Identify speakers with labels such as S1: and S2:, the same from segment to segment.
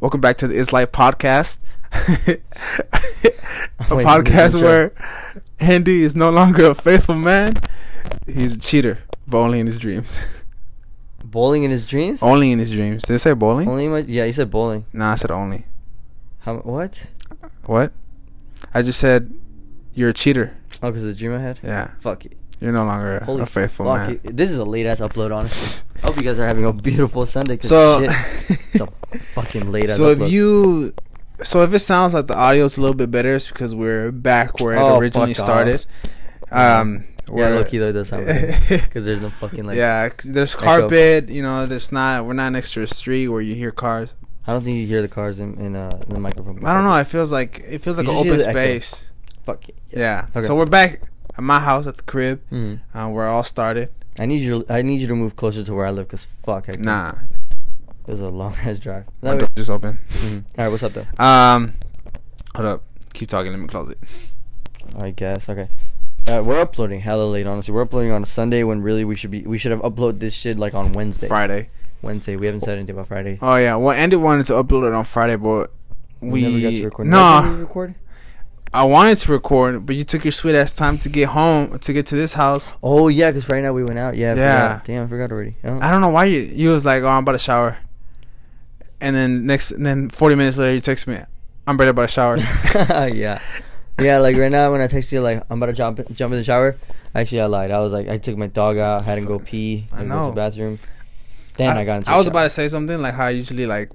S1: Welcome back to the It's Life podcast, a
S2: Wait,
S1: podcast
S2: wait,
S1: where Andy is no longer a faithful man. He's a cheater, but only in his dreams.
S2: Bowling in his dreams?
S1: only in his dreams. Did it say bowling?
S2: Only in my, yeah, he said bowling.
S1: Nah, I said only.
S2: How what?
S1: What? I just said you're a cheater.
S2: Oh, because the dream I had.
S1: Yeah,
S2: Fuck it.
S1: you're no longer
S2: Holy
S1: a faithful
S2: fuck
S1: man.
S2: it. This is a late ass upload. Honestly, I hope you guys are having a beautiful Sunday. 'cause
S1: So,
S2: shit, it's a fucking late ass.
S1: so if
S2: upload.
S1: you, so if it sounds like the audio's a little bit better, it's because we're back where it
S2: Oh,
S1: originally
S2: fuck off.
S1: started. Um,
S2: yeah,
S1: we're-
S2: low key though, it does sound because there's no fucking like.
S1: yeah, 'cause there's
S2: echo.
S1: carpet. You know, there's not. We're not next to a street where you hear cars.
S2: I don't think you hear the cars in, in, uh, in the microphone.
S1: I don't know. It feels like it feels like
S2: You
S1: an
S2: just hear
S1: open
S2: the echo.
S1: space.
S2: Fuck it.
S1: Yeah.
S2: Okay.
S1: So we're back at my house at the crib.
S2: Mhm.
S1: Uh, where it all started.
S2: I need you. I need you to move closer to where I live, cause fuck, I can't.
S1: Nah,
S2: It was a long ass drive.
S1: my
S2: That hmm.
S1: door just open.
S2: All right, what's up though?
S1: Um, hold up. Keep talking. Let me close it.
S2: I guess okay. Uh, we're uploading hella late. Honestly, we're uploading on a Sunday when really we should be we should have uploaded this shit like on Wednesday.
S1: Friday.
S2: Wednesday. We haven't said anything about Friday.
S1: Oh yeah. Well, Andy wanted to upload it on Friday, but we,
S2: never got to record.
S1: Nah.
S2: Did we record?
S1: I wanted to record, but you took your sweet ass time to get home to get to this house.
S2: Oh yeah, because right now we went out. Yeah. I
S1: Yeah.
S2: forgot. Damn, I forgot already. Oh.
S1: I don't know why you you was like, oh, I'm about to shower, and then next, and then 40 minutes later, you text me, I'm ready about to shower.
S2: yeah. Yeah, like right now when I text you, like I'm about to jump jump in the shower. Actually, I lied. I was like, I took my dog out, had him go pee,
S1: I
S2: had him go to
S1: know.
S2: the bathroom. Then I, got into.
S1: I
S2: the
S1: was
S2: shower.
S1: about to say something like how I usually like,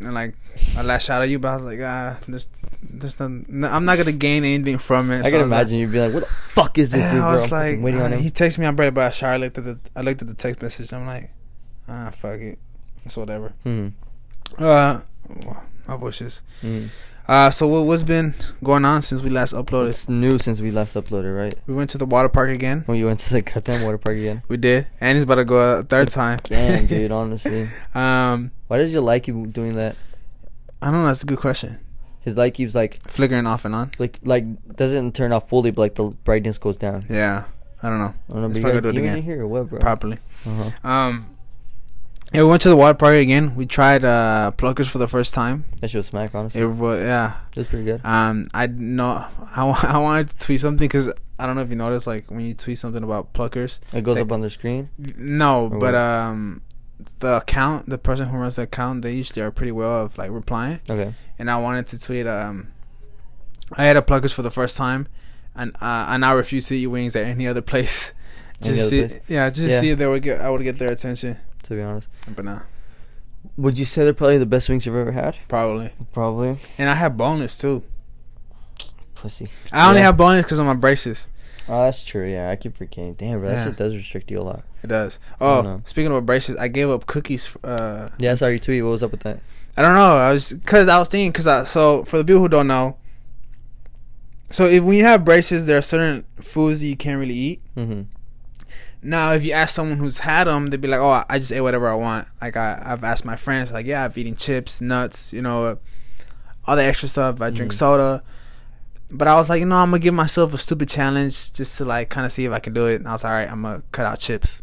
S1: and like I lash out at you, but I was like, ah, there's, there's nothing. no- I'm not gonna gain anything from it.
S2: I
S1: So
S2: can
S1: was like-
S2: imagine you'd be like, "What the fuck is this
S1: Yeah,
S2: dude, bro?"
S1: I was
S2: I'm
S1: like,
S2: fucking waiting on
S1: uh,
S2: him.
S1: he texted me, I'm ready about a shower. I looked at the, I looked at the text message. I'm like, ah, fuck it, it's whatever.
S2: hmm
S1: Uh, my wishes.
S2: hmm
S1: Uh, so what, what's been going on since we last uploaded?
S2: It's new since we last uploaded, right?
S1: We went to the water park again.
S2: When you went to the goddamn water park again.
S1: We did, and he's about to go a third time.
S2: Damn, dude. Honestly,
S1: Um,
S2: why does your light keep doing that?
S1: I don't know. That's a good question.
S2: His light keeps like
S1: Flickering off and on.
S2: like like doesn't turn off fully, but like the brightness goes down.
S1: Yeah, I don't know
S2: I don't know.
S1: It's
S2: But
S1: probably
S2: you got a
S1: gonna do it
S2: demon
S1: again.
S2: in here or what, bro?
S1: properly.
S2: Uh-huh.
S1: Um, yeah, we went to the water park again. We tried uh pluckers for the first time.
S2: That shit was smack. Honestly,
S1: It was yeah.
S2: it was pretty good.
S1: Um, I know I, wa- I wanted to tweet something because I don't know if you noticed like when you tweet something about pluckers.
S2: It goes
S1: They-
S2: up on the screen.
S1: No,
S2: Or
S1: but
S2: Oh, what?
S1: um, the account, the person who runs the account, they usually are pretty well of like replying.
S2: Okay.
S1: And I wanted to tweet um, I had a pluckers for the first time, and uh, I now refuse to eat wings at any other place.
S2: Any
S1: Just
S2: other
S1: see,
S2: place?
S1: yeah, just
S2: Yeah.
S1: see if they would get I would get their attention.
S2: To be honest,
S1: But nah,
S2: would you say they're probably the best wings you've ever had?
S1: probably.
S2: Probably.
S1: And I have boneless too.
S2: Pussy.
S1: I only
S2: Yeah.
S1: have boneless because of my braces.
S2: Oh, that's true. Yeah, I keep forgetting. Damn, bro, that
S1: Yeah.
S2: shit does restrict you a lot.
S1: It does.
S2: I
S1: Oh,
S2: don't know.
S1: speaking of braces, I gave up cookies. Uh,
S2: Yeah, I saw your tweet. What was up with that?
S1: I don't know. I was because I was thinking because I so for the people who don't know. So if when you have braces, there are certain foods that you can't really eat.
S2: Mm-hmm.
S1: Now, if you ask someone who's had them, they'd be like, "Oh, I- I just ate whatever I want." Like I, I've asked my friends, like, "Yeah, I've eaten chips, nuts, you know, all the extra stuff. I drink
S2: Mhm.
S1: soda." But I was like, you know, I'm gonna give myself a stupid challenge just to like kind of see if I can do it. And I was like, all right, I'm gonna cut out chips.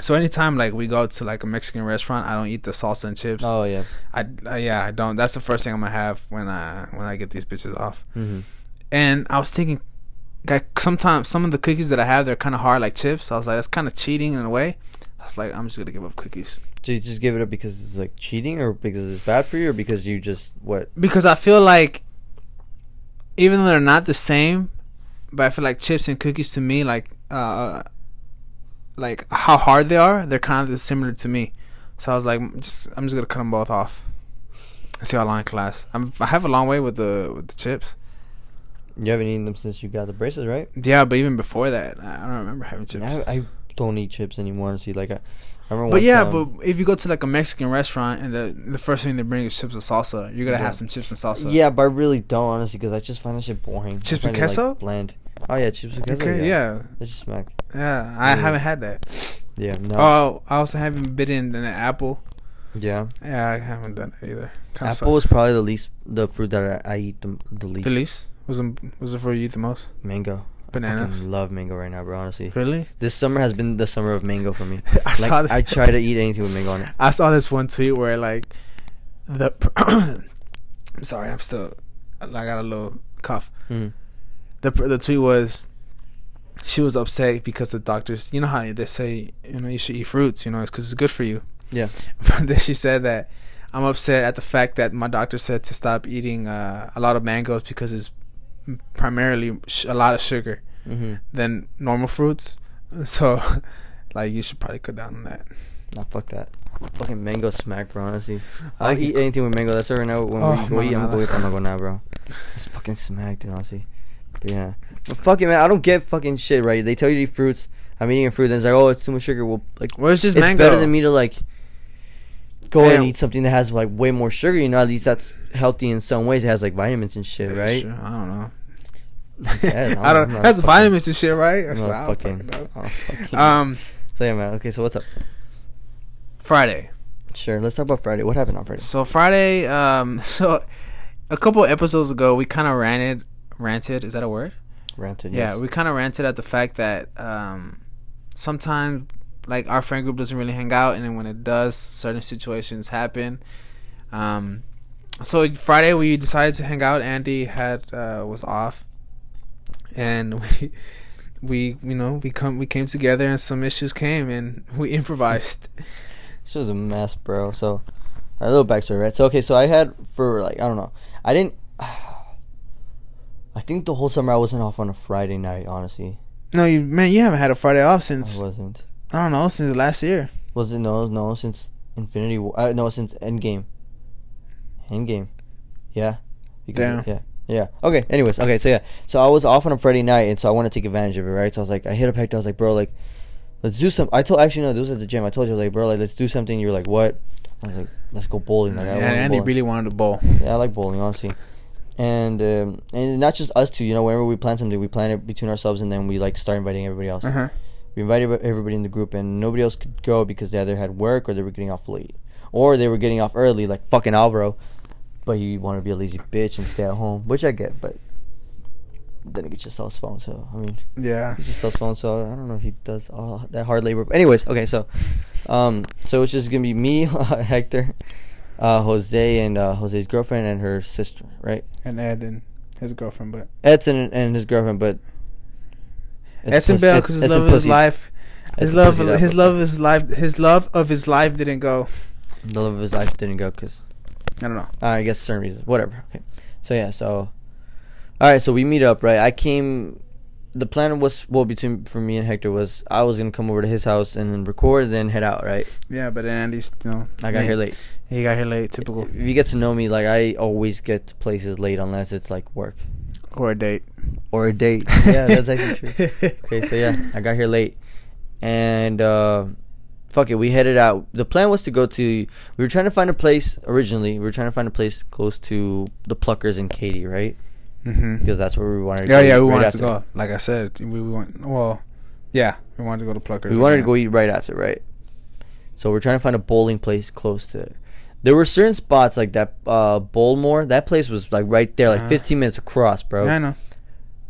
S1: So anytime like we go to like a Mexican restaurant, I don't eat the salsa and chips.
S2: Oh yeah.
S1: I uh, yeah, I don't. That's the first thing I'm gonna have when I when I get these bitches off.
S2: Mm-hmm.
S1: And I was thinking, like sometimes some of the cookies that I have they're kind of hard, like chips. I was like, that's kind of cheating in a way. I was like, I'm just gonna give up cookies
S2: Do you just give it up because it's like cheating, or because it's bad for you, or because you just what?
S1: because I feel like even though they're not the same, but I feel like chips and cookies to me like uh like how hard they are, they're kind of similar to me. So I was like, just I'm just gonna cut them both off. See how long it lasts. I'm, I have a long way with the with the chips.
S2: You haven't eaten them since you got the braces, right?
S1: Yeah, but even before that, I I don't remember having chips.
S2: I, I don't eat chips anymore. Honestly, like I, I remember.
S1: but
S2: one
S1: yeah,
S2: time-
S1: but if you go to like a Mexican restaurant and the the first thing they bring is chips and salsa, you're gonna
S2: Yeah.
S1: have some chips and salsa.
S2: yeah, but I really don't honestly because I just find that shit boring. I
S1: Chips
S2: find
S1: and
S2: it, like,
S1: queso?
S2: bland. Oh yeah, chips and queso.
S1: Okay.
S2: yeah.
S1: Yeah.
S2: It's just smack.
S1: Yeah. I
S2: Yeah.
S1: haven't had that.
S2: Yeah. No.
S1: Oh, I also haven't bitten in an apple.
S2: yeah.
S1: Yeah, I haven't done that either. Kinda
S2: Apple was
S1: sucks.
S2: probably the least the fruit that I, I eat the, the least.
S1: the least. Was the, was it for you the most?
S2: Mango. I
S1: Bananas.
S2: fucking love mango right now, bro. Honestly,
S1: Really?
S2: this summer has been the summer of mango for me.
S1: I saw
S2: like
S1: that.
S2: I try to eat anything with mango on it.
S1: I saw this one tweet where like the. I'm sorry, I'm still. I got a little cough.
S2: Mhm.
S1: The pr- the tweet was, she was upset because the doctors. You know how they say you know you should eat fruits. You know it's because it's good for you.
S2: Yeah.
S1: But then she said that I'm upset at the fact that my doctor said to stop eating uh, a lot of mangoes because it's primarily sh- a lot of sugar
S2: hmm
S1: than normal fruits. So, like, you should probably cut down on that.
S2: Nah, fuck that. Fucking mango smack, bro. Honestly,
S1: I
S2: I'll
S1: like
S2: eat
S1: it.
S2: anything with mango. That's why right now when
S1: Oh,
S2: we go eat, I'm
S1: magonada.
S2: gonna go eat that magonada, bro. It's fucking smack, dude. Honestly, but yeah. But fuck it, man. I don't get fucking shit right. They tell you to eat fruits. I'm eating fruit, then it's like, oh, it's too much sugar. Well, like,
S1: Well, it's just
S2: it's
S1: mango.
S2: better than me to like go
S1: Damn.
S2: and eat something that has like way more sugar. You know, at least that's healthy in some ways. It has like vitamins and shit,
S1: Yeah,
S2: right?
S1: sure, I don't know.
S2: Yeah,
S1: I don't.
S2: I'm not
S1: That's
S2: fucking-
S1: vitamins and shit, right?
S2: I'm
S1: Or
S2: not
S1: so, I don't
S2: fucking.
S1: fucking
S2: I don't fucking-
S1: know. Um,
S2: so yeah, man. Okay, so what's up?
S1: Friday.
S2: Sure, let's talk about Friday. What happened on Friday?
S1: So Friday. Um, so a couple episodes ago, we kind of ranted. Ranted is that a word?
S2: Ranted.
S1: Yeah,
S2: yes.
S1: we kind of ranted at the fact that um, sometimes, like, our friend group doesn't really hang out, and then when it does, certain situations happen. Um, so Friday we decided to hang out. Andy had uh, was off, and we, we you know we come we came together, and some issues came, and we improvised.
S2: She was a mess, bro. So, a little backstory, right? So, okay, so I had for like I don't know, I didn't. I think the whole summer I wasn't off on a Friday night. Honestly,
S1: no, you, man, you haven't had a Friday off
S2: I
S1: since
S2: wasn't.
S1: I don't know since last year.
S2: Was it no, no? Since Infinity, War, uh, no, since Endgame. Endgame, yeah.
S1: Damn.
S2: Yeah. Yeah. Okay. Anyways. Okay. So yeah. So I was off on a Friday night, and so I wanted to take advantage of it, right? So I was like, I hit up Hector. I was like, bro, like, let's do some. I told actually no, this was at the gym. I told you, I was like, bro, like, let's do something. You were like, what? I was like, let's go bowling. Like, I
S1: and
S2: wanna go
S1: Andy
S2: bowling.
S1: really wanted to bowl.
S2: Yeah, I like bowling, honestly. And um, and not just us two, you know. Whenever we plan something, we plan it between ourselves, and then we like start inviting everybody else.
S1: Uh-huh.
S2: We invited everybody in the group, and nobody else could go because they either had work or they were getting off late, or they were getting off early, like fucking Alvaro. But he wanted to be a lazy bitch and stay at home, which I get. But then he just sells phone, so I mean,
S1: Yeah.
S2: he just sells phone, so I don't know if he does all that hard labor. But anyways, okay, so um, so it's just gonna be me, Hector, uh, Jose, and uh, Jose's girlfriend and her sister, right?
S1: And Ed and his girlfriend, but
S2: Edson and his girlfriend, but
S1: Edson
S2: pussy-
S1: Bell because his
S2: it's a
S1: love of his
S2: pussy-
S1: life, his
S2: it's a
S1: love,
S2: pussy that-
S1: his love of his life, his love of his life didn't go.
S2: the love of his life didn't go because
S1: I don't know.
S2: Uh, I guess certain reasons, whatever. Okay, so yeah, so all right, so we meet up, right? I came. The plan was well between for me and Hector was I was gonna come over to his house and then record, then head out, right?
S1: Yeah, but then Andy's, you know,
S2: I got
S1: he-
S2: here late.
S1: He got here late. Typical
S2: If you get to know me, like I always get to places late unless it's like work
S1: or a date.
S2: or a date. yeah, that's actually true. Okay, so yeah, I got here late, and uh, fuck it, we headed out. The plan was to go to. We were trying to find a place originally. We were trying to find a place close to the Pluckers and Katie, right?
S1: Mm-hmm.
S2: Because that's where we wanted. to
S1: yeah,
S2: go
S1: yeah,
S2: eat
S1: we
S2: right
S1: wanted to
S2: after.
S1: go. Like I said, we, we went. Well, yeah, we wanted to go to Pluckers.
S2: We wanted to go eat right after, right? So we're trying to find a bowling place close to. There were certain spots like that uh, Bowlmore. That place was like right there, like
S1: Uh-huh.
S2: 15 minutes across, bro.
S1: Yeah, I know.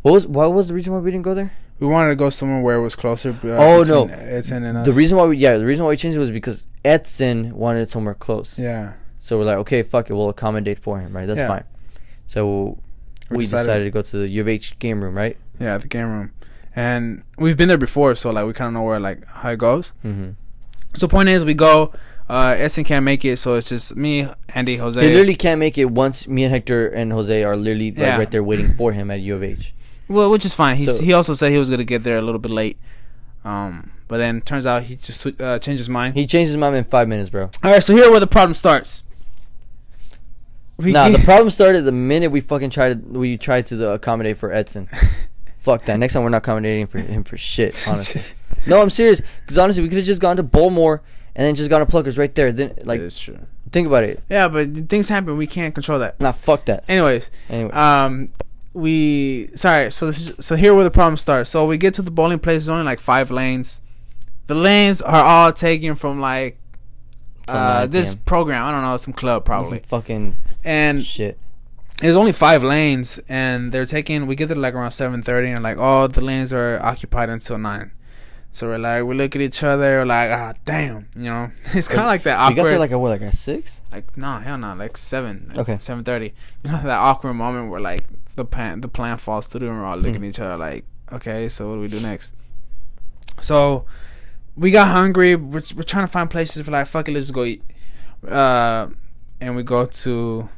S2: What was what was the reason why we didn't go there?
S1: We wanted to go somewhere where it was closer. But, uh,
S2: Oh,
S1: between
S2: no.
S1: Edson and us.
S2: The reason why we yeah, the reason why we changed it was because Edson wanted somewhere close.
S1: Yeah,
S2: So we're like, okay, fuck it, we'll accommodate for him, right? That's
S1: Yeah.
S2: fine. So
S1: We
S2: we,
S1: decided-
S2: decided, to go to the U of H game room, right?
S1: yeah, the game room, and we've been there before, so like we kind of know where like how it goes.
S2: Mm-hmm.
S1: So point is, we go. Uh, Edson can't make it, so it's just me, Andy, Jose.
S2: He literally can't make it once me and Hector and Jose are literally like,
S1: Yeah.
S2: right there waiting for him at U of H.
S1: Well, which is fine. He's,
S2: So-
S1: he also said he was gonna get there a little bit late, um, but then turns out he just swi- uh, changed his mind.
S2: He changed his mind in five minutes, bro.
S1: All right, so here where the problem starts. We,
S2: Nah, the problem started the minute we fucking tried to we tried to uh, accommodate for Edson. Fuck that. Next time we're not accommodating for him for shit. Honestly, no, I'm serious. Because honestly, we could have just gone to Bowlmore and then just gone to Pluckers right there. Then like,
S1: is true.
S2: think about it.
S1: Yeah, but things happen. We can't control that.
S2: Nah, fuck that.
S1: Anyways,
S2: Anyway,
S1: um, we sorry. So this is, so here where the problem starts. So we get to the bowling place. There's only like five lanes. The lanes are all taken from like
S2: Till
S1: uh,
S2: 9
S1: this
S2: p.m..
S1: program. I don't know, some club probably. Mm.
S2: some fucking
S1: And
S2: shit.
S1: there's only five lanes and they're taking we get there like around 7.30 and like all the lanes are occupied until 9 So we're like, we look at each other, we're like, ah, damn, you know. It's kind of like that awkward.
S2: You got there like at what, like at six?
S1: like no hell no like seven like
S2: Okay.
S1: seven thirty you know that awkward moment where like the plan the plan falls through and we're all looking
S2: Hmm.
S1: at each other like okay so what do we do next so we got hungry we're, we're trying to find places we're like fuck it let's just go eat uh and we go to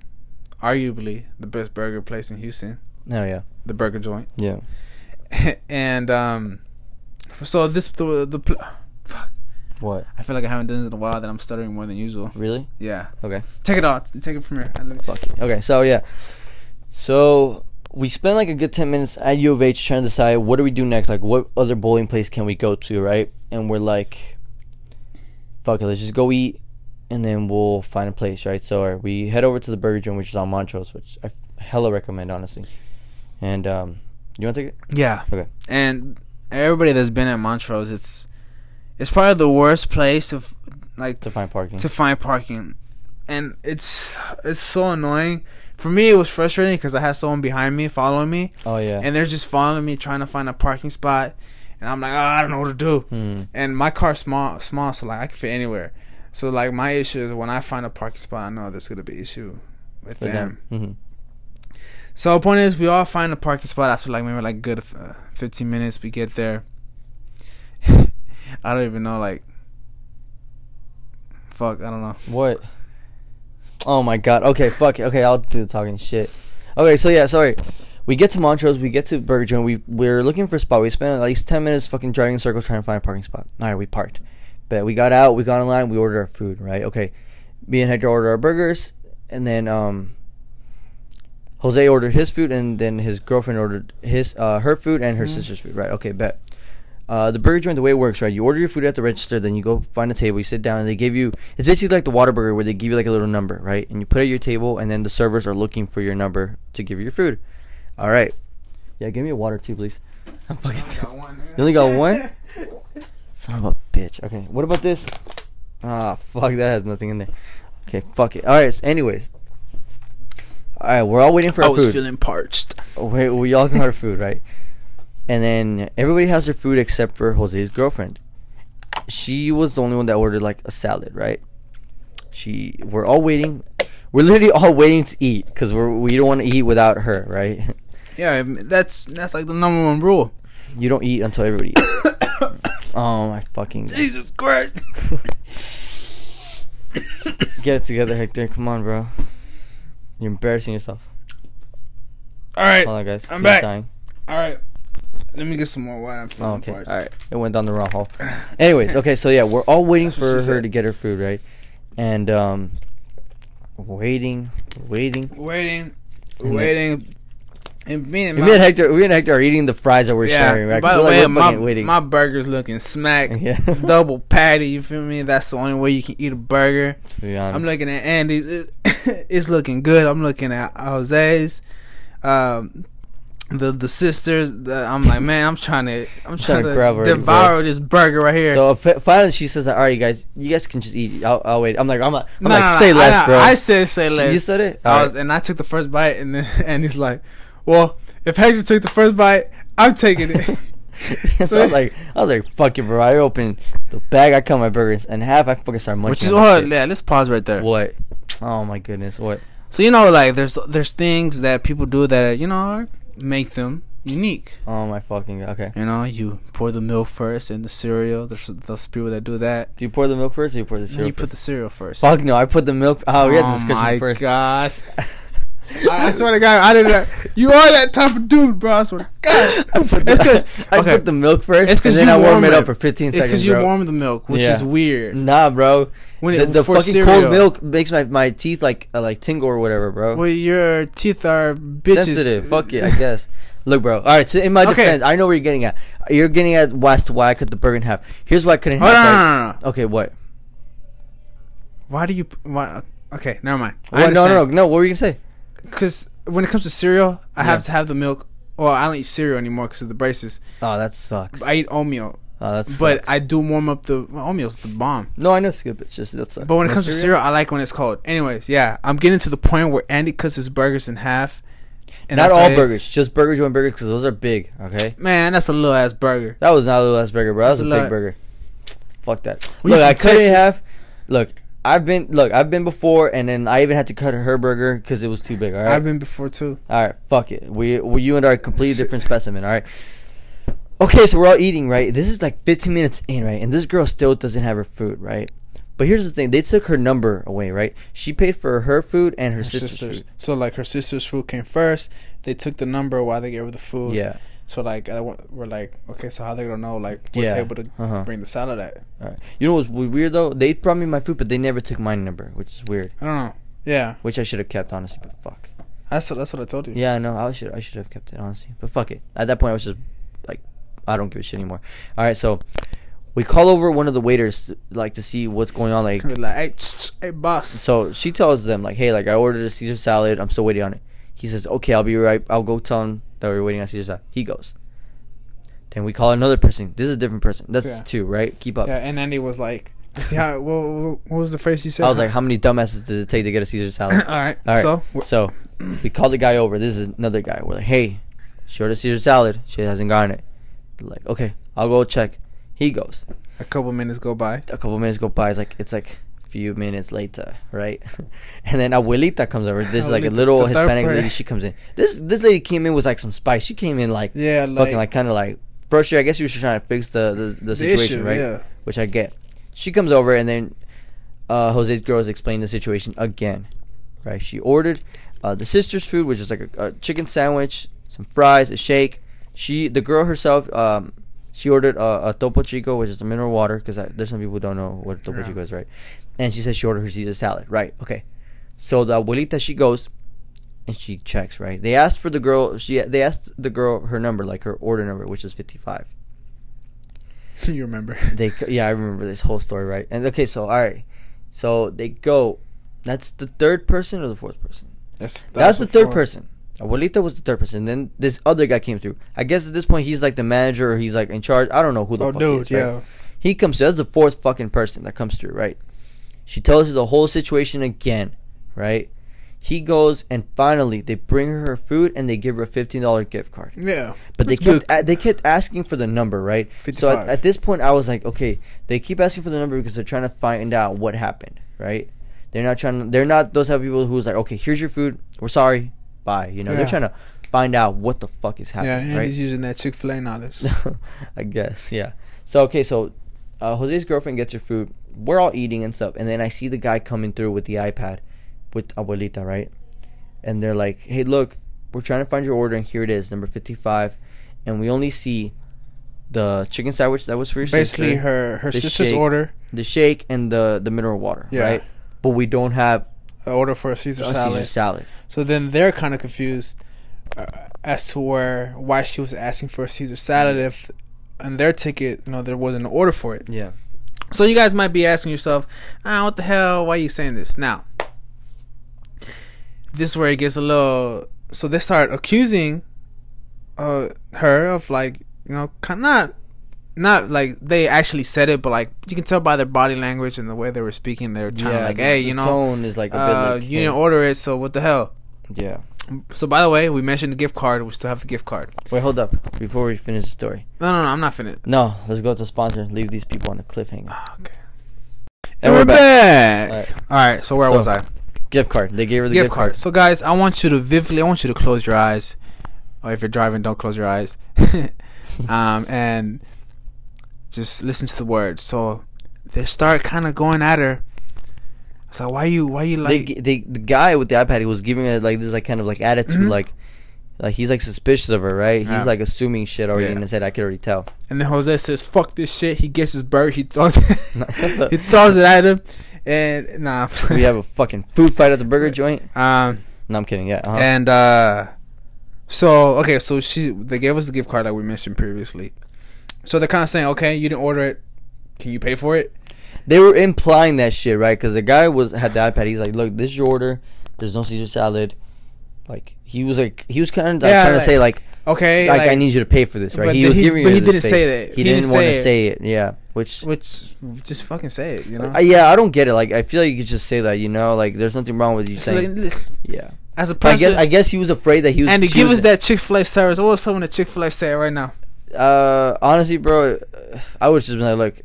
S1: arguably the best burger place in Houston
S2: No, yeah,
S1: the burger joint
S2: yeah.
S1: and um so this the the pl- fuck
S2: What?
S1: I feel like I haven't done this in a while that I'm stuttering more than usual
S2: Really?
S1: yeah
S2: Okay.
S1: take it off take it from here Let me-
S2: Fuck it. Okay, so yeah. So we spent like a good 10 minutes at U of H trying to decide what do we do next? Like, what other bowling place can we go to, right? And we're like, fuck it, let's just go eat and then we'll find a place, right? So uh, we head over to the Burger Joint, which is on Montrose, which I hella recommend, honestly. And, um, you want to take it?
S1: Yeah.
S2: Okay.
S1: And everybody that's been at Montrose, it's it's probably the worst place of like
S2: To find parking.
S1: to find parking, and it's it's so annoying. For me, it was frustrating because I had someone behind me following me,
S2: oh, yeah.
S1: and they're just following me trying to find a parking spot, and I'm like, oh, I don't know what to do.
S2: Hmm.
S1: And my car's small, small, so like I can fit anywhere. So like my issue is when I find a parking spot, I know there's gonna be issue with
S2: But
S1: them.
S2: Mhm.
S1: So the point is, we all find a parking spot after like maybe like a good uh, fifteen minutes. We get there. I don't even know like. Fuck, I don't know.
S2: What? Oh my god. Okay, fuck it. Okay, I'll do the talking shit. Okay, so yeah, sorry. We get to Montrose, we get to Burger Joint, we we're looking for a spot. We spent at least ten minutes fucking driving in circles trying to find a parking spot. Alright, we parked. But we got out, we got in line, we ordered our food, right? Okay. Me and Hector ordered our burgers and then um Jose ordered his food and then his girlfriend ordered his uh her food and her
S1: Mhm.
S2: sister's food, right? Okay, bet. Uh, the burger joint, the way it works, right? You order your food at the register, then you go find a table, you sit down, and they give you. It's basically like the water burger where they give you like a little number, right? And you put it at your table, and then the servers are looking for your number to give you your food. All right. Yeah, give me a water too, please. I'm fucking. You only got one? Son of a bitch. Okay, what about this? Ah, fuck, that has nothing in there. Okay, fuck it. All right. So anyways. All right, we're all waiting for
S1: I
S2: our
S1: was
S2: food.
S1: feeling parched.
S2: we, we all got our food, right? And then everybody has their food except for Jose's girlfriend. She was the only one that ordered like a salad, right? She, we're all waiting. We're literally all waiting to eat because we we don't want to eat without her, right?
S1: Yeah, I mean, that's that's like the number one rule.
S2: You don't eat until everybody. eats. oh my fucking!
S1: Jesus Christ.
S2: Get it together, Hector. Come on, bro. You're embarrassing yourself.
S1: All right,
S2: Hold on, guys.
S1: I'm
S2: He's
S1: back.
S2: dying.
S1: all right. Let me get some more water. I'm feeling
S2: Oh, okay. All
S1: parched.
S2: right. It went down the wrong hole. Anyways, okay. So yeah, we're all waiting
S1: That's
S2: for
S1: what
S2: her
S1: she said.
S2: to get her food, right? And um, waiting, waiting.
S1: Waiting,
S2: And
S1: waiting, and me and
S2: Me
S1: my
S2: and Hector, we and Hector are eating the fries that we're
S1: yeah.
S2: sharing. Right?
S1: By
S2: 'Cause
S1: the
S2: we're,
S1: way,
S2: like, we're
S1: my,
S2: fucking waiting.
S1: my burger's looking smack.
S2: yeah.
S1: Double patty, you feel me? That's the only way you can eat a burger.
S2: to be honest.
S1: I'm looking at Andy's. It, it's looking good. I'm looking at Jose's. Um, the the sisters. The, I'm like, man, I'm trying to. I'm trying,
S2: trying to
S1: to,
S2: grab already,
S1: devour this burger right here.
S2: so fi- finally, she says, "All right, you guys, you guys can just eat. I'll, I'll wait." I'm like, I'm like, I'm
S1: No,
S2: like,
S1: no, no,
S2: say
S1: I-
S2: less,
S1: I,
S2: bro.
S1: I said say
S2: She-
S1: less.
S2: You said it.
S1: I
S2: All
S1: was,
S2: right.
S1: and I took the first bite, and then, and he's like, well, if Hector took the first bite, I'm taking it.
S2: so I was like, I was like, "Fuck it, bro." I opened the bag. I cut my burgers and half. I fucking started munching.
S1: Which is
S2: on that
S1: all.
S2: shit.
S1: Yeah, let's pause right there.
S2: What? Oh my goodness! What?
S1: So you know, like, there's there's things that people do that you know make them unique.
S2: Oh my fucking god. Okay.
S1: You know, you pour the milk first and the cereal. There's those people that do that.
S2: Do you pour the milk first or you pour the
S1: And
S2: syrup?
S1: you put
S2: first?
S1: the cereal first.
S2: Fuck no, I put the milk. Oh, we had the
S1: my
S2: description first.
S1: god! I, I swear to God, I didn't. You are that type of dude, bro. I swear to God.
S2: I put the,
S1: It's 'cause-
S2: I
S1: okay.
S2: put the milk first,
S1: It's
S2: and
S1: 'cause
S2: then
S1: you
S2: I warm
S1: warm
S2: it
S1: it.
S2: up for 15
S1: Because
S2: seconds,
S1: you
S2: bro.
S1: warm the milk, which
S2: Yeah.
S1: is weird.
S2: Nah, bro.
S1: When
S2: the
S1: it,
S2: the
S1: for
S2: fucking
S1: cereal,
S2: cold milk makes my, my teeth like uh, like tingle or whatever, bro.
S1: Well, your teeth are bitches.
S2: Sensitive. Fuck it, I guess. Look, bro. All right. So in my
S1: Okay.
S2: defense, I know where you're getting at. You're getting at why as to why I cut the burger in half. Here's why I couldn't.
S1: Hold
S2: half,
S1: on, no,
S2: right?
S1: no, no, no.
S2: Okay, what?
S1: Why do you? p- Why? Okay, never mind. I
S2: what? No, no, no,
S1: understand.
S2: no. What were you gonna say?
S1: Because when it comes to cereal, I have
S2: Yeah.
S1: to have the milk. Well, I don't eat cereal anymore because of the braces.
S2: Oh, that sucks.
S1: I eat oatmeal.
S2: oh, that sucks.
S1: But I do warm up the well, oatmeal's the bomb.
S2: no, I know skip. It's just that sucks.
S1: But when it
S2: No
S1: comes to cereal, I like when it's cold. Anyways, yeah, I'm getting to the point where Andy cuts his burgers in half. And
S2: Not
S1: that's
S2: all
S1: how it is.
S2: burgers, just Burger Joint burgers, because those are big. Okay,
S1: Man, that's a little ass burger.
S2: that was not a little ass burger, bro. That was
S1: That's
S2: a
S1: a
S2: big
S1: lot.
S2: burger. Fuck that.
S1: We
S2: look,
S1: from
S2: I couldn't
S1: Texas.
S2: have. Look, I've been look, I've been before, and then I even had to cut her burger because it was too big. All right,
S1: I've been before too.
S2: all right, fuck it. We, we you and I are a completely different specimen. All right. Okay, so we're all eating, right? This is like 15 minutes in, right? And this girl still doesn't have her food, right? But here's the thing: they took her number away, right? She paid for her food and her,
S1: Her
S2: sister's,
S1: sisters. So like her sister's food came first. They took the number while they gave her the food.
S2: food. Yeah.
S1: So like I wa- we're like, okay, so how they gonna know like what
S2: Yeah.
S1: table to
S2: Uh-huh. Uh,
S1: bring the salad at?
S2: All right. You know what's w- weird though? They brought me my food, but they never took my number, which is weird.
S1: I don't know. Yeah,
S2: Which I should have kept, honestly. But fuck.
S1: that's that's what I told you.
S2: Yeah, I know. I should I should have kept it, honestly. But fuck it. At that point, I was just like, I don't give a shit anymore. All right, so we call over one of the waiters, like to see what's going on, like.
S1: We're like, hey, hey, boss.
S2: So she tells them like, "Hey, like I ordered a Caesar salad. I'm still waiting on it." He says, "Okay, I'll be right. I'll go tell him that we're waiting on Caesar salad." He goes. Then we call another person. This is a different person. That's
S1: Yeah.
S2: two, right? Keep up.
S1: Yeah, and Andy was like, you see how what, what, what was the phrase you said?
S2: I was like, "How many dumbasses did it take to get a Caesar salad?"
S1: all right,
S2: All right.
S1: So
S2: So, we call the guy over. This is another guy. We're like, "Hey, she ordered Caesar salad. She hasn't gotten it." They're like, "Okay, I'll go check." He goes.
S1: a couple minutes go by.
S2: a couple minutes go by. It's like it's like a few minutes later, right? and then Abuelita comes over. This is like a
S1: Abuelita,
S2: little
S1: the third
S2: Hispanic
S1: part.
S2: lady. She comes in. This this lady came in with like some spice. She came in like
S1: Yeah, like,
S2: fucking like kind of like first year. I guess she was just trying to fix the the, the,
S1: the
S2: situation,
S1: issue,
S2: right?
S1: Yeah,
S2: Which I get. She comes over and then uh, Jose's girls explain the situation again, right? She ordered uh, the sister's food, which is like a, a chicken sandwich, some fries, a shake. She the girl herself. Um, she ordered a, a topo chico, which is a mineral water, because there's some people who don't know what a topo
S1: Yeah.
S2: chico is, right? And she says she ordered her Caesar salad, right? Okay. So the abuelita she goes, and she checks, right? They asked for the girl. She they asked the girl her number, like her order number, which is fifty five.
S1: you remember?
S2: They c- yeah, I remember this whole story, right? And okay, so all right, so they go. That's the third person or the fourth person.
S1: That's,
S2: That's, the third
S1: before.
S2: person. Abuelita was the third person. Then this other guy came through. I guess at this point he's like the manager or he's like in charge. I don't know who the
S1: Oh,
S2: fuck
S1: dude,
S2: he is. Right?
S1: yeah.
S2: He comes through. That's the fourth fucking person that comes through, right? She tells us the whole situation again, right? He goes and finally they bring her her food and they give her a fifteen dollar gift card.
S1: Yeah,
S2: But they
S1: That's good.
S2: kept a they kept asking for the number, right? So at,
S1: 55.
S2: at this point, I was like, okay, they keep asking for the number because they're trying to find out what happened, right? They're not trying. they're not those type of people who's like, okay, here's your food. We're sorry, bye. You know, they're
S1: Yeah.
S2: trying to find out what the fuck is
S1: yeah,
S2: happening,
S1: and
S2: right?
S1: he's using that Chick Fil A knowledge.
S2: I guess, yeah. So okay, so uh, Jose's girlfriend gets her food. We're all eating and stuff, and then I see the guy coming through with the iPad, with Abuelita, right? And they're like, "Hey, look, we're trying to find your order, and here it is, number fifty-five, and we only see the chicken sandwich that was for your
S1: Basically,
S2: sister,
S1: her her
S2: the
S1: sister's
S2: shake,
S1: order,
S2: the shake, and the the mineral water,
S1: Yeah.
S2: right? But we don't have
S1: a order for a Caesar
S2: a
S1: salad.
S2: Oh, Caesar salad.
S1: So then they're kind of confused uh, as to where why she was asking for a Caesar salad if, on their ticket, you know, there wasn't an order for it.
S2: Yeah,
S1: So you guys might be asking yourself, ah, what the hell? Why are you saying this? Now, this is where it gets a little. So they start accusing, uh, her of like you know, kind not, not like they actually said it, but like you can tell by their body language and the way they were speaking, they were trying to
S2: yeah.
S1: like,
S2: the-
S1: hey,
S2: the
S1: you know,
S2: tone is like a
S1: uh,
S2: bit like,
S1: you didn't
S2: hey,
S1: order it, so what the hell?
S2: yeah.
S1: So by the way, we mentioned the gift card. We still have the gift card.
S2: Wait, hold up. Before we finish the story,
S1: No, no, no. I'm not finished. Ah,
S2: No, let's go to sponsor. and Leave these people on a cliffhanger.
S1: Okay. And,
S2: And
S1: we're,
S2: we're
S1: back.
S2: All right.
S1: All right. So where
S2: So,
S1: was I?
S2: Gift card. They gave her the
S1: gift, card. So guys, I want you to vividly. I want you to close your eyes. Or if you're driving, don't close your eyes. um, and just listen to the words. So they start kind of going at her. It's like, why you? Why you
S2: They,
S1: like?
S2: g- they, the guy with the iPad, he was giving her like this, like kind of like attitude,
S1: Mhm.
S2: like, like he's like suspicious of her, right?
S1: Yeah.
S2: He's like assuming shit already,
S1: Yeah.
S2: and said I could already tell.
S1: and then Jose says, "Fuck this shit." He gets his bird. He throws. he
S2: we
S1: throws it at him. And nah.
S2: have a fucking food fight at the burger joint.
S1: um.
S2: No, I'm kidding. Yeah. Uh-huh.
S1: And uh so okay, so she they gave us the gift card like we mentioned previously. So they're kind of saying, okay, you didn't order it. Can you pay for it?
S2: They were implying that shit, right? Because the guy was had the iPad. He's like, look, this is your order. There's no Caesar salad. Like he was like he was kind of like,
S1: Yeah,
S2: trying
S1: like-
S2: to say like
S1: Okay,
S2: like, I need you to pay for this, right?
S1: But
S2: He
S1: then
S2: was
S1: he-
S2: giving
S1: but
S2: her
S1: he
S2: this
S1: didn't
S2: face.
S1: say that.
S2: He,
S1: He
S2: didn't,
S1: didn't
S2: want
S1: say
S2: to
S1: it.
S2: say it. Yeah, which
S1: Which just fucking say it, you know.
S2: Uh, yeah, I don't get it. Like I feel like you could just say that. You know, like there's nothing wrong with you
S1: It's like,
S2: saying.
S1: listen,
S2: Yeah,
S1: As a
S2: I guess
S1: person,
S2: I guess he was afraid that he was.
S1: and to
S2: she
S1: give
S2: was-
S1: us that Chick Fil A service, what was someone at Chick Fil A say right now?
S2: Uh, honestly, bro, I would just been like, look,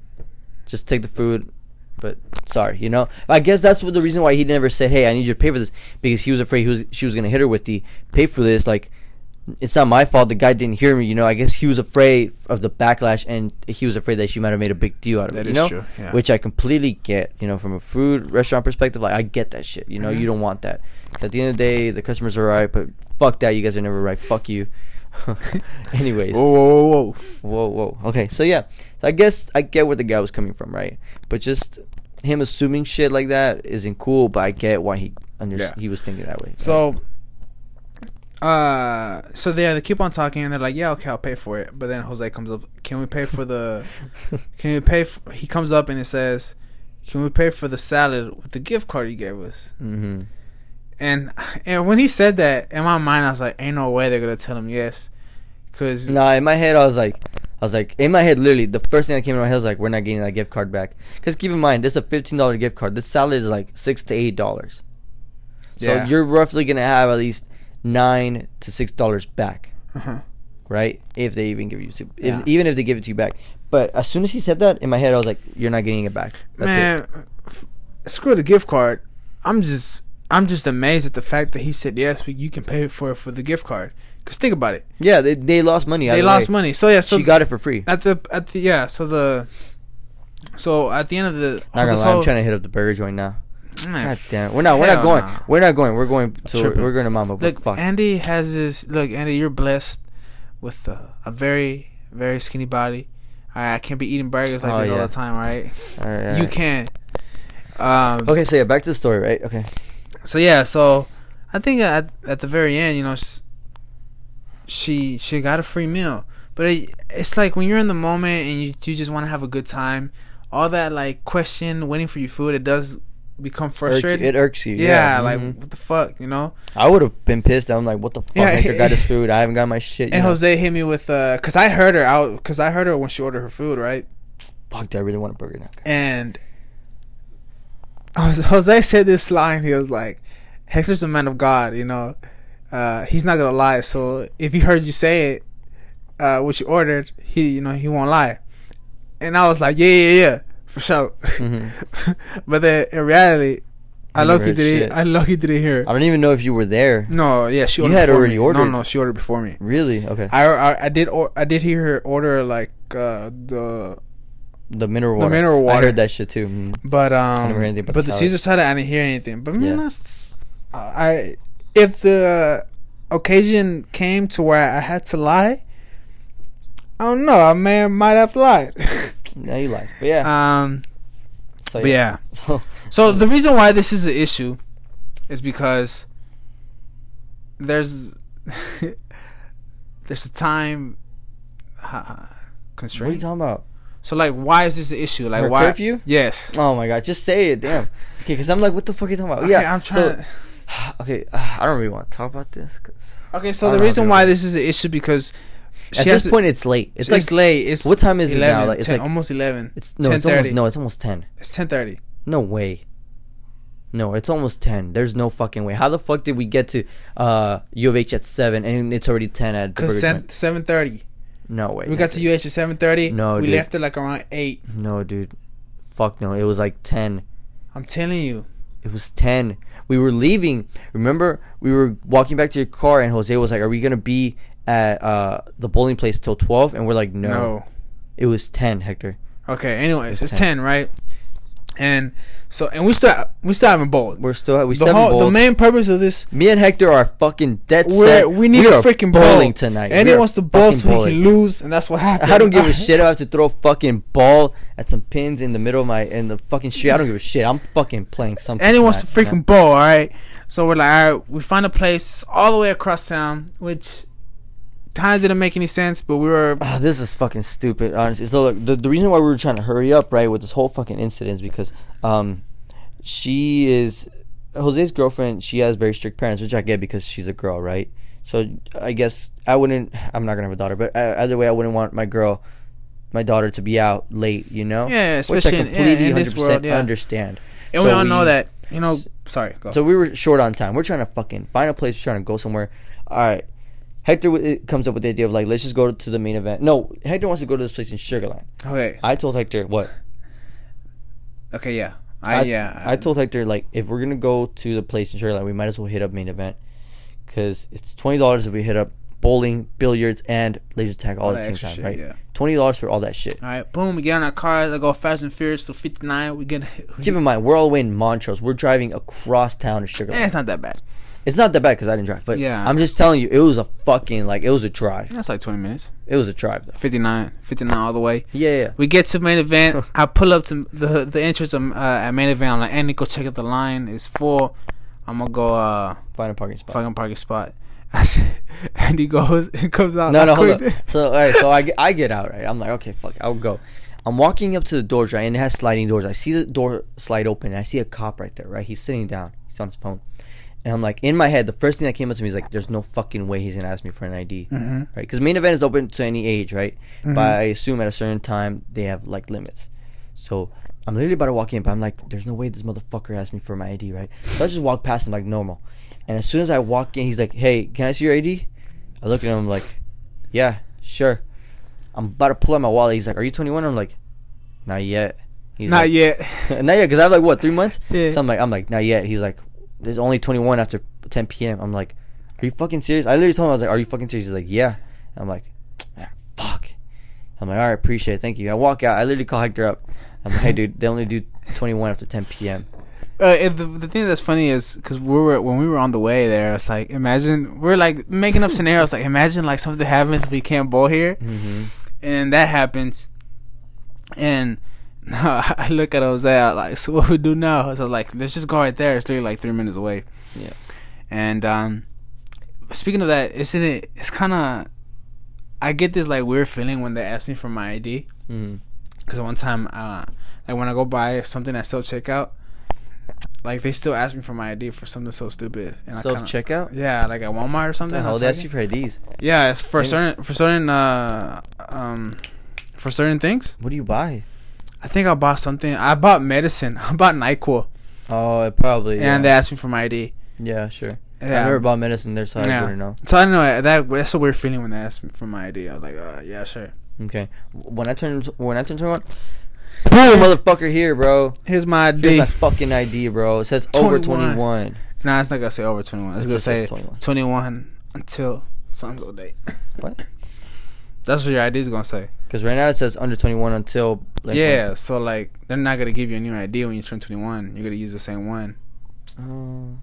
S2: just take the food. But sorry, you know. I guess that's what the reason why he never said, "Hey, I need you to pay for this," because he was afraid he was she was gonna hit her with the pay for this. Like, it's not my fault. The guy didn't hear me. You know. I guess he was afraid of the backlash, and he was afraid that she might have made a big deal out of
S1: That
S2: it.
S1: is
S2: you know?
S1: true, yeah.
S2: Which I completely get. You know, from a food restaurant perspective, like I get that shit. You know,
S1: Mhm.
S2: you don't want that. At the end of the day, the customers are right, but fuck that. You guys are never right. Fuck you. Anyways.
S1: Whoa, whoa, whoa, whoa.
S2: Whoa, whoa. Okay, so yeah, so I guess I get where the guy was coming from, right? But just him assuming shit like that isn't cool. But I get why he under-
S1: Yeah.
S2: he was thinking that way. right?
S1: So, uh, so they they keep on talking, and they're like, "Yeah, okay, I'll pay for it." But then Jose comes up. Can we pay for the? can we pay? F-? He comes up and it says, "Can we pay for the salad with the gift card you gave us?"
S2: Mhm.
S1: And and when he said that, in my mind, I was like, "Ain't no way they're gonna tell him yes," because
S2: No, in my head I was like, I was like, in my head literally the first thing that came in my head was like, we're not getting that gift card back. Because keep in mind, this is a fifteen dollar gift card. This salad is like six to eight dollars. So
S1: Yeah.
S2: you're roughly gonna have at least nine to six dollars back.
S1: uh
S2: right? If they even give you, to,
S1: Yeah.
S2: if, even if they give it to you back. But as soon as he said that, in my head, I was like, "You're not getting it back." That's it.
S1: man, f- screw the gift card. I'm just I'm just amazed at the fact that he said yes. We, you can pay for it for the gift card. Cause think about it,
S2: Yeah, they, they lost money.
S1: they
S2: either
S1: lost
S2: way.
S1: money. So yeah, so
S2: she got it for free.
S1: at the at the yeah so the so at the end of the
S2: Not gonna
S1: this
S2: lie,
S1: whole-
S2: I'm trying to hit up the burger joint now.
S1: Man,
S2: God
S1: f-
S2: damn, it. we're not, we're not
S1: hell
S2: going,
S1: nah.
S2: we're not going, we're going to,
S1: Tripping.
S2: we're going to Mamba. But
S1: look
S2: fuck,
S1: Andy has this look Andy you're blessed with a, a very very skinny body all right I can't be eating burgers like
S2: Oh,
S1: this all
S2: yeah.
S1: the time all right
S2: All right, all
S1: you
S2: right.
S1: can um
S2: Okay, so yeah, back to the story, right? Okay,
S1: so yeah so I think at at the very end you know s- she she got a free meal but it, it's like when you're in the moment and you you just want to have a good time all that like question waiting for your food it does become
S2: Irk-
S1: frustrating
S2: it irks you.
S1: Yeah, like
S2: mhm.
S1: what the fuck, you know?
S2: I would have been pissed. I'm like, what the fuck?
S1: Yeah,
S2: I got his food. I haven't got my shit. You
S1: And
S2: know?
S1: Jose hit me with uh, cause I heard her out, cause I heard her when she ordered her food, right?
S2: fuck, do I really want a burger now?
S1: And Jose- Jose said this line. He was like, "Hector's a man of God, you know. Uh, he's not gonna lie. So if he heard you say it, uh, what you ordered, he, you know, he won't lie." And I was like, "Yeah, yeah, yeah, for sure." Mm-hmm.
S2: Mhm.
S1: but then in reality, I
S2: You never
S1: lucky
S2: heard
S1: didn't.
S2: shit.
S1: I lucky didn't hear.
S2: I don't even know if you were there.
S1: No, yeah, she
S2: You
S1: ordered
S2: had
S1: before
S2: already
S1: me.
S2: ordered.
S1: No, no, she ordered before me.
S2: Really? Okay.
S1: I, I, I did or, I did hear her order like uh, the
S2: the mineral
S1: The
S2: water.
S1: mineral
S2: I
S1: water.
S2: heard that shit too. mhm.
S1: but um
S2: never heard anything
S1: but,
S2: but
S1: the
S2: the
S1: Caesar salad I didn't hear anything. But man,
S2: Yeah.
S1: that's, uh, I if the occasion came to where I had to lie, I don't know. I may might have lied.
S2: Now you lied. But yeah. Oh,
S1: um,
S2: so,
S1: but yeah.
S2: So
S1: So the reason why this is an issue is because there's there's a time uh,
S2: what are you
S1: constraint.
S2: talking about?
S1: So like, why is this an issue? Like,
S2: Her
S1: why?
S2: curfew?
S1: Yes.
S2: Oh my god, just say it. Damn. Okay, because I'm like, what the fuck are you talking about?
S1: Okay,
S2: Oh, Yeah.
S1: I'm trying. to-
S2: So, okay, uh, I don't really want to talk about this. Cause
S1: okay, so
S2: I
S1: the
S2: don't know,
S1: reason
S2: dude.
S1: why this is an issue because she
S2: at
S1: has
S2: this
S1: to-
S2: point, it's late. It's, like
S1: late. It's
S2: what time is it now?
S1: 11,
S2: Like, it's
S1: 10,
S2: like-
S1: almost eleven.
S2: It's no. It's almost
S1: 10:30.
S2: no. It's almost ten.
S1: It's ten thirty.
S2: No way. No, it's almost ten. There's no fucking way. How the fuck did we get to uh U of H at seven and it's already ten at the
S1: Cause
S2: Burger
S1: seven
S2: Joint?
S1: seven thirty.
S2: No way.
S1: We got to UH at seven thirty.
S2: No,
S1: we
S2: dude.
S1: left it like around eight.
S2: No, dude. Fuck no. It was like ten.
S1: I'm telling you.
S2: It was 10. We were leaving. Remember, we were walking back to your car, and Jose was like, Are we going to be at uh, the bowling place till 12? And we're like, no.
S1: No.
S2: It was 10, Hector.
S1: Okay. Anyways, it's,
S2: It's
S1: 10. right? And so and we still we still haven't bowled.
S2: We're still,
S1: the
S2: we still haven't
S1: whole, the
S2: bowled.
S1: main purpose of this
S2: Me and Hector are fucking dead
S1: we're,
S2: set.
S1: we need
S2: are
S1: a freaking bowl
S2: bowling tonight.
S1: And
S2: We
S1: he
S2: are
S1: wants to bowl
S2: fucking
S1: so he
S2: bowling.
S1: can lose, and that's what happened.
S2: I don't give a shit. I have to throw a fucking ball at some pins in the middle of my in the fucking street. I don't give a shit. I'm fucking playing something.
S1: and he wants to
S2: tonight, you know?
S1: freaking bowl, all right? So we're like, all right, we find a place all the way across town, which kind of didn't make any sense, but we were
S2: Ah, this is fucking stupid, honestly. So look, the, the reason why we were trying to hurry up, right, with this whole fucking incident is because um, she is Jose's girlfriend. She has very strict parents, which I get because she's a girl, right? So I guess I wouldn't. I'm not gonna have a daughter, but uh, either way, I wouldn't want my girl, my daughter, to be out late, you know?
S1: Yeah, especially in- yeah, in this world, yeah.
S2: understand.
S1: and
S2: So
S1: we all know that. You know, sorry. Go.
S2: So we were short on time. We're trying to fucking find a place. We're trying to go somewhere. All right. Hector w- comes up with the idea of like, let's just go to the main event. No, Hector wants to go to this place in Sugarland.
S1: okay.
S2: I told Hector what?
S1: Okay. Yeah. I, yeah.
S2: I told Hector like, if we're gonna go to the place in Sugarland, we might as well hit up main event because it's twenty dollars if we hit up bowling, billiards, and laser tag all,
S1: All
S2: at
S1: that
S2: the same
S1: extra
S2: time,
S1: shit,
S2: right?
S1: yeah.
S2: Twenty dollars for all that shit.
S1: All right. Boom. We get on our car. They go fast and furious to 59. We get.
S2: Keep in mind, we're all the way in Montrose. We're driving across town to Sugarland.
S1: Eh, it's not that bad.
S2: It's not that bad because I didn't drive, but
S1: Yeah.
S2: I'm just telling you, it was a fucking like it was a drive.
S1: That's like 20 minutes.
S2: It was a drive though.
S1: 59. 59 all the way.
S2: Yeah, yeah.
S1: We get to main event. I pull up to the the entrance of, uh, at main event. I'm like, Andy, go check out the line. It's full. I'm gonna go uh
S2: Find a parking spot.
S1: fucking parking spot. I said, Andy goes and comes out.
S2: No,
S1: like,
S2: no, hold
S1: quick.
S2: up. So, all right, so I get, I get out, right? I'm like, okay, fuck, I'll go. I'm walking up to the doors, right? And it has sliding doors. I see the door slide open, and I see a cop right there, right? He's sitting down. He's on his phone. And I'm like, in my head, the first thing that came up to me is like, there's no fucking way he's going to ask me for an ID,
S1: Mm-hmm.
S2: right? Because main event is open to any age, right? But I assume at a certain time, they have, like, limits. So I'm literally about to walk in, but I'm like, there's no way this motherfucker asked me for my ID, right? So I just walk past him like normal. And as soon as I walk in, he's like, hey, can I see your ID? I look at him, I'm like, yeah, sure. I'm about to pull out my wallet. He's like, are you 21? I'm like, not yet. He's
S1: Not
S2: like,
S1: yet.
S2: not yet, because I have like what three months.
S1: Yeah.
S2: So I'm like, I'm like, not yet. He's like, there's only 21 after 10 p.m. I'm like, are you fucking serious? I literally told him I was like, are you fucking serious? He's like, yeah. I'm like, "Ah, fuck. I'm like, all right, appreciate it, thank you. I walk out. I literally call Hector up. I'm like, hey, dude, they only do 21 after 10 p.m.
S1: Uh, and the, the thing that's funny is because we were when we were on the way there, it's like imagine we're like making up scenarios. Like imagine like something happens if we can't bowl here,
S2: Mm-hmm.
S1: and that happens, and I look at Jose I like, so what we do now? So like, let's just go right there. It's literally like three minutes away.
S2: Yeah.
S1: And um, speaking of that, isn't it? It's kind of I get this like weird feeling when they ask me for my ID.
S2: Mm-hmm.
S1: Because one time, uh, like when I go buy something at self checkout, like they still ask me for my ID for something so stupid. And
S2: Self
S1: I kinda,
S2: checkout.
S1: Yeah, like at Walmart or something.
S2: The
S1: I'm
S2: hell, they ask
S1: talking.
S2: you for IDs.
S1: yeah, it's for
S2: Ain't-
S1: certain for certain uh um for certain things.
S2: What do you buy?
S1: I think I bought something. I bought medicine. I bought Nyquil,
S2: Oh, it probably. Yeah.
S1: and they asked me for my ID.
S2: yeah, sure. I
S1: Yeah.
S2: never bought medicine there, so I
S1: Yeah.
S2: wouldn't know.
S1: so I don't know that that's a weird feeling when they asked me for my ID. I was like, uh, yeah, sure.
S2: Okay. When I turned when I turned 21, boom, motherfucker here, bro.
S1: Here's my ID.
S2: Here's my fucking ID, bro. It says over
S1: 21.
S2: 21.
S1: nah, it's not gonna say over twenty one. It's
S2: It
S1: gonna
S2: just says
S1: say
S2: 21.
S1: twenty one until sun's old day.
S2: What?
S1: That's what your ID is gonna say.
S2: Because right now it says under 21 until. like,
S1: yeah, so like they're not gonna give you a new ID when you turn 21. You're gonna use the same one.
S2: Um,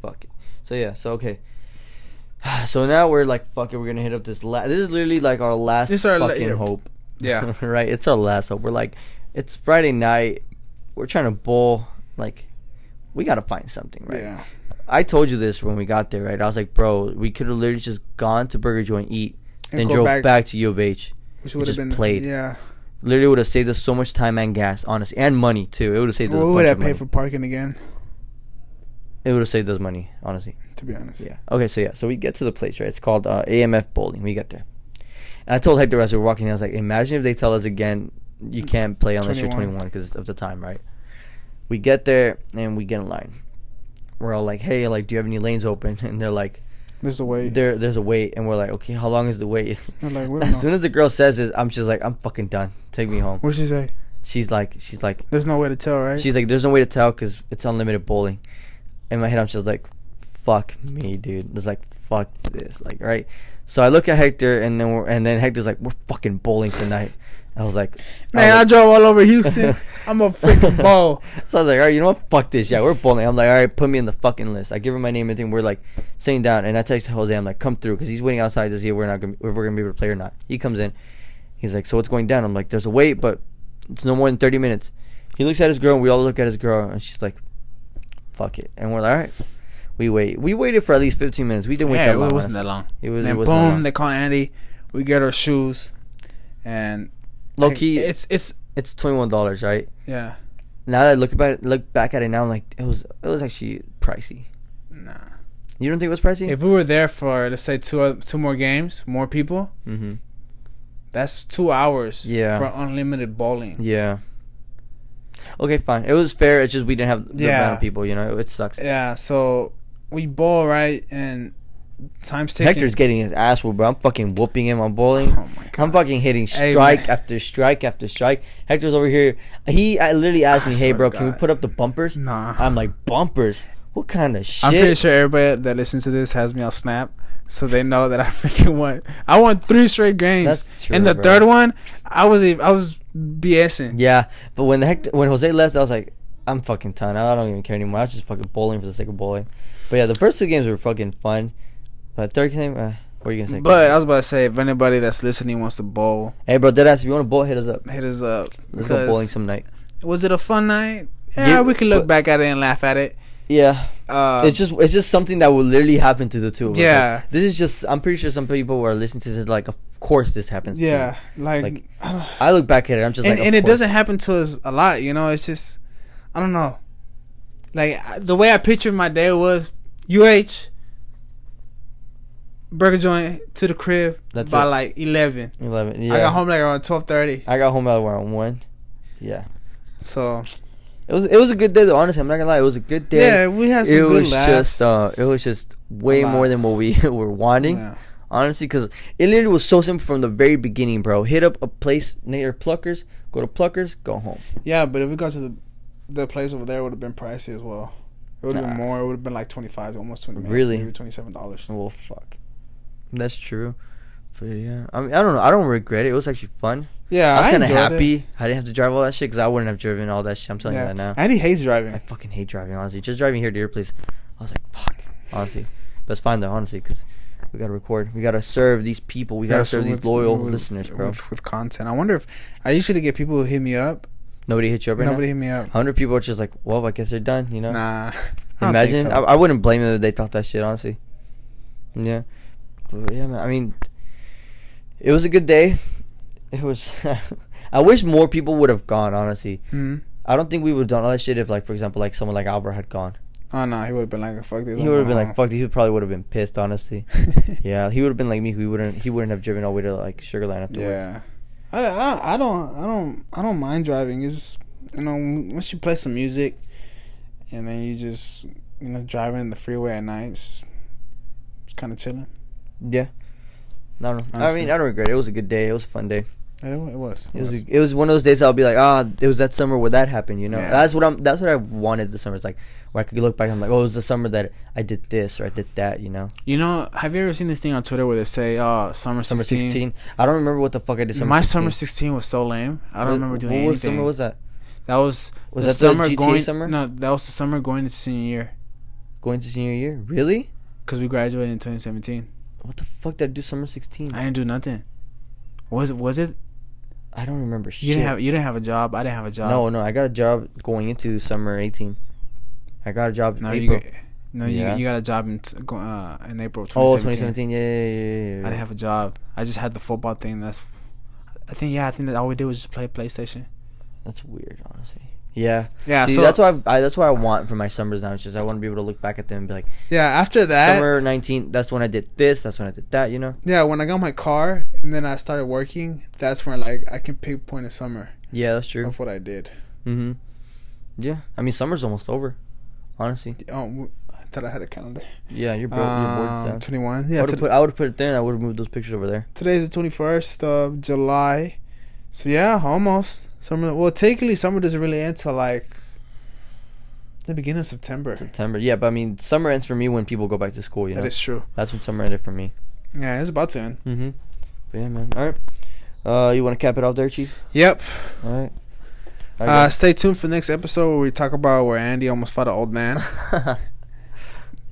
S2: fuck it. So yeah. So okay. So now we're like, fuck it. We're gonna hit up this. La- this is literally like our last
S1: This is our la-
S2: fucking
S1: yeah.
S2: hope.
S1: Yeah,
S2: right. It's our last hope. We're like, it's Friday night. We're trying to bowl. Like, we gotta find something, right?
S1: yeah,
S2: I told you this when we got there, right? I was like, bro, we could have literally just gone to Burger Joint, eat,
S1: And
S2: then
S1: go
S2: drove
S1: back.
S2: back. to U of H.
S1: which
S2: just played.
S1: Yeah,
S2: Literally would have saved us so much time and gas, honestly, and money too. It would have saved us. a
S1: what
S2: bunch
S1: would I
S2: of
S1: pay
S2: money.
S1: for parking again?
S2: It would have saved us money, honestly.
S1: To be honest,
S2: Yeah. Okay, so yeah, so we get to the place, right? It's called uh, AMF Bowling. We get there, and I told Hector as we were walking, I was like, imagine if they tell us again, you can't play unless you're
S1: 21.
S2: 21 because of the time, right? We get there and we get in line. We're all like, hey, like, do you have any lanes open? And they're like,
S1: there's a way.
S2: there, there's a wait, and we're like, okay, how long is the wait?
S1: We're like, we don't know.
S2: as soon as the girl says this, I'm just like, I'm fucking done. Take me home.
S1: What'd she say?
S2: She's like, she's like,
S1: There's no way to tell, right?
S2: She's like, there's no way to tell because it's unlimited bowling. In my head, I'm just like, fuck me, dude. It's like, fuck this, like, right. So I look at Hector, and then we're, and then Hector's like, we're fucking bowling tonight. I was like,
S1: man, I
S2: was like-
S1: drove all over Houston. I'm a freaking ball.
S2: So I was like, all right, you know what? Fuck this. Yeah, we're bowling. I'm like, all right, put me in the fucking list. I give him my name and thing. We're like sitting down, and I text Jose. I'm like, come through, because he's waiting outside to see if we're not gonna, if we're gonna be able to play or not. He comes in. He's like, so what's going down? I'm like, there's a wait, but it's no more than 30 minutes. He looks at his girl. and We all look at his girl, and she's like, fuck it. And we're like, all right, we wait. We waited for at least 15 minutes. We didn't wait
S1: Yeah,
S2: that long.
S1: it wasn't that
S2: honestly.
S1: long.
S2: It was.
S1: And
S2: it
S1: then boom,
S2: wasn't that long.
S1: they call Andy. We get our shoes, and
S2: Low key, it's
S1: it's it's
S2: it's 21 dollars, right?
S1: yeah,
S2: Now that I look about it, look back at it now, I'm like, it was it was actually pricey.
S1: nah.
S2: You don't think it was pricey?
S1: If we were there for let's say two oth- two more games, more people,
S2: mm-hmm.
S1: that's two hours.
S2: Yeah.
S1: for unlimited bowling.
S2: Yeah. Okay, fine. It was fair. It's just we didn't have the
S1: Yeah.
S2: amount of people. You know, it, sucks.
S1: Yeah, so we bowl right, and time's taking.
S2: Hector's getting his ass whooped, bro. I'm fucking whooping him. I'm bowling.
S1: Oh my
S2: I'm
S1: god!
S2: fucking hitting
S1: Hey,
S2: strike
S1: man.
S2: after strike after strike. Hector's over here. He I literally asked
S1: I
S2: me, "Hey,
S1: swear
S2: bro,
S1: to
S2: can we
S1: God.
S2: put up the bumpers?"
S1: Nah,
S2: I'm like, "Bumpers? What kind of
S1: I'm pretty
S2: shit?"
S1: sure everybody that listens to this has me on Snap, so they know that I freaking won. I won three straight games,
S2: That's true,
S1: and the
S2: bro.
S1: third one, I was ev- I was BSing.
S2: Yeah, but when the Hector, when Jose left, I was like, "I'm fucking done. I don't even care anymore. I was just fucking bowling for the sake of bowling." But yeah, the first two games were fucking fun. But third game, uh, what are you gonna say?
S1: But I was about to say, if anybody that's listening wants to bowl,
S2: hey, bro, deadass, if you want to bowl, hit us up.
S1: hit us up.
S2: Let's go bowling
S1: Because
S2: some night.
S1: was it a fun night? Yeah,
S2: Yeah,
S1: we can look
S2: but-
S1: back at it and laugh at it.
S2: Yeah,
S1: Uh,
S2: it's just it's just something that will literally happen to the two of us. Like,
S1: Yeah.
S2: this is just. I'm pretty sure some people who are listening to this like, of course this happens. to
S1: yeah,
S2: me."
S1: like,
S2: Like,
S1: I don't,
S2: I look back at it. I'm just
S1: and,
S2: like,
S1: and
S2: "Of
S1: it
S2: course."
S1: doesn't happen to us a lot. You know, it's just I don't know. Like I- the way I pictured my day was UH burger joint to the crib
S2: That's
S1: by
S2: it.
S1: like eleven.
S2: Eleven. Yeah.
S1: I got home like around twelve thirty.
S2: I got home at around one. Yeah.
S1: So
S2: It was it was a good day though. Honestly, I'm not gonna lie. It was a good day.
S1: yeah, we had some
S2: it
S1: good
S2: was
S1: laughs.
S2: just uh, it was just way
S1: A lot.
S2: more than what we were wanting
S1: Yeah.
S2: honestly because it literally was so simple from the very beginning bro hit up a place near pluckers go to pluckers go home
S1: Yeah, but if we got to the the place over there, would have been pricey as well. It would have
S2: Nah.
S1: been more. It would have been like twenty five, almost twenty. maybe-
S2: Really?
S1: Maybe twenty seven dollars.
S2: well fuck that's true but yeah i mean i don't know i don't regret it it was actually fun
S1: Yeah,
S2: i was kind of
S1: enjoyed it.
S2: happy i didn't have to drive all that shit because i wouldn't have driven all that shit i'm telling
S1: Yeah.
S2: you that now
S1: Andy hates driving.
S2: i fucking hate driving honestly just driving here to your place i was like fuck honestly but it's fine though honestly because we gotta record we gotta serve these people we gotta
S1: Yeah, so
S2: serve these
S1: with-
S2: loyal
S1: with-
S2: listeners bro
S1: With, with content, I wonder if I usually get people who hit me up.
S2: nobody hit you up right now?
S1: Nobody hit me up.
S2: 100 people are just like, well, I guess they're done, you know?
S1: Nah. I don't think
S2: Imagine.
S1: so.
S2: I, I wouldn't blame them if they thought that shit, honestly. Yeah. But yeah, man, I mean, it was a good day. It was. I wish more people would have gone, honestly.
S1: Mhm.
S2: I don't think we would have done all that shit if, like, for example, like someone like Albert had gone.
S1: Oh no, he would have been like, "Fuck this."
S2: He would have been like, fuck, he probably would have been pissed, honestly.
S1: "Fuck."
S2: yeah, he would have been like me. He wouldn't He wouldn't have driven all the way to, like, Sugarland afterwards.
S1: yeah. I, I, I don't I don't I don't mind driving. It's just, you know once you play some music, and then you just you know driving in the freeway at night. It's, it's kind of chilling.
S2: Yeah. No, no. I
S1: Honestly.
S2: mean, I don't regret it. It was a good day. It was a fun day.
S1: It, wa- it was.
S2: It was, it was one of those days I'll be like, ah, it was that summer where that happened, you know.
S1: Yeah.
S2: That's what I'm. That's what I wanted this summer. It's like where I could look back. and I'm like, oh, it was the summer that I did this or I did that, you know.
S1: You know, have you ever seen this thing on Twitter where they say, "Oh, summer
S2: Summer
S1: 16.
S2: 16. I don't remember what the fuck I did. Summer
S1: My
S2: 16.
S1: summer 16 was so lame. I don't
S2: What-
S1: remember doing
S2: what was,
S1: anything.
S2: summer was that?
S1: That was,
S2: Was
S1: the
S2: that
S1: summer
S2: the GTA
S1: going.
S2: summer?
S1: No, that was the summer going into senior year
S2: Going to senior year? Really?
S1: because we graduated in 2017.
S2: What the fuck did I do summer 16?
S1: I
S2: I,
S1: didn't do nothing. Was it? Was it?
S2: don't remember shit.
S1: You didn't have. You didn't have a job. I didn't have a job.
S2: no, no. I got a job going into summer 18. I got a job in
S1: no, you.
S2: April.
S1: got- No,
S2: Yeah.
S1: you, you got a job in t- go- uh, in April of
S2: oh,
S1: 2017.
S2: 2017. Yeah, yeah, yeah, yeah, yeah.
S1: I didn't have a job. I just had the football thing. That's. I think yeah. I think that all we did was just play PlayStation.
S2: That's weird, honestly. Yeah.
S1: Yeah.
S2: See,
S1: so
S2: that's why I, that's what I want for my summers now. It's just I want to be able to look back at them and be like,
S1: Yeah. After that.
S2: summer 19, that's when I did this, that's when I did that, you know?
S1: Yeah. When I got my car and then I started working, that's when like I can pinpoint a summer
S2: Yeah, that's true.
S1: of what I did.
S2: hmm Yeah. I mean, summer's almost over, honestly.
S1: Um, I thought I had a calendar.
S2: Yeah, you're, bro- you're bored.
S1: Um,
S2: Sam.
S1: 21.
S2: I
S1: Yeah,
S2: would've
S1: to-
S2: put- I would have put it there and I would have moved those pictures over there.
S1: today's the 21st of July. So, yeah, almost. Summer. Well, technically, summer doesn't really end till like the beginning of September.
S2: September. Yeah, but I mean, summer ends for me when people go back to school, you know?
S1: That is Mm-hmm. true.
S2: that's when summer ended for me.
S1: Yeah, it's about to end.
S2: hmm But yeah, man. All right. Uh, you want to cap it off there, Chief?
S1: Yep.
S2: All right. I
S1: Uh,
S2: guess-
S1: stay tuned for the next episode where we talk about where Andy almost fought an old man.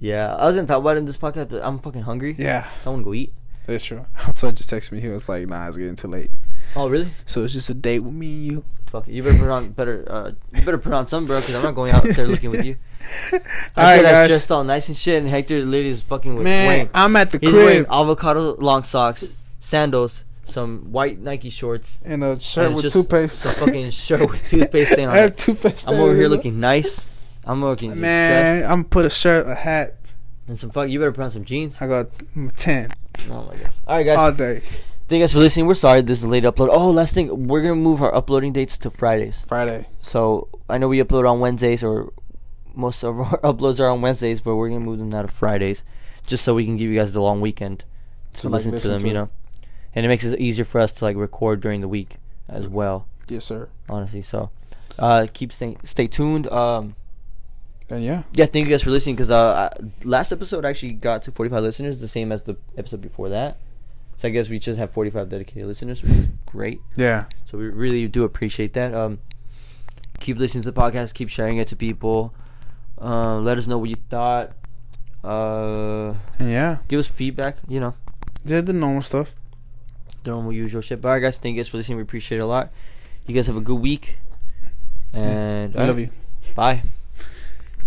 S2: yeah, I was gonna talk about it in this podcast, but I'm fucking hungry.
S1: yeah,
S2: So I want to go eat.
S1: that is true. So, just texted me. He was like, nah, it's getting too late.
S2: Oh, really?
S1: So, it's just a date with me and you.
S2: Fuck it. You better put on better. Uh, you better put on some, bro, because I'm not going out there looking with you.
S1: All
S2: I
S1: right,
S2: said I
S1: guys.
S2: was dressed all nice and shit, and Hector literally is fucking with
S1: Man,
S2: Wayne.
S1: I'm at the
S2: He's wearing
S1: crib
S2: avocado long socks, sandals, some white Nike shorts,
S1: in a
S2: and
S1: shirt
S2: it's
S1: with
S2: just
S1: toothpaste.
S2: A fucking shirt with toothpaste stain on
S1: I have
S2: it.
S1: toothpaste.
S2: I'm over here looking nice. I'm looking
S1: Man,
S2: dressed.
S1: I'm gonna put a shirt, a hat.
S2: And some fuck. You better put on some jeans.
S1: I got mm, ten Uh,
S2: Oh my gosh. All right, guys.
S1: all day.
S2: Thank you guys for listening. We're sorry this is a late upload. Oh, last thing, we're gonna move our uploading dates to Fridays.
S1: Friday.
S2: So I know we upload on Wednesdays, or most of our uploads are on Wednesdays, but we're gonna move them now to Fridays, just so we can give you guys the long weekend to
S1: To, like,
S2: listen,
S1: listen
S2: to them.
S1: to
S2: you
S1: it.
S2: know, and it makes it easier for us to like record during the week as well.
S1: Yes, sir.
S2: Honestly, so uh, keep stay stay tuned. Um,
S1: And yeah.
S2: yeah, thank you guys for listening. Because uh, I- last episode actually got to 45 listeners, the same as the episode before that. So I guess we just have 45 dedicated listeners, which is great.
S1: Yeah.
S2: So we really do appreciate that. Um, keep listening to the podcast. Keep sharing it to people. Uh, let us know what you thought. Uh,
S1: And yeah.
S2: give us feedback. You know,
S1: Did the normal stuff.
S2: the normal usual shit. But all right, guys, thank you guys for listening. We appreciate it a lot. You guys have a good week. And
S1: I
S2: all
S1: love
S2: right,
S1: you.
S2: Bye.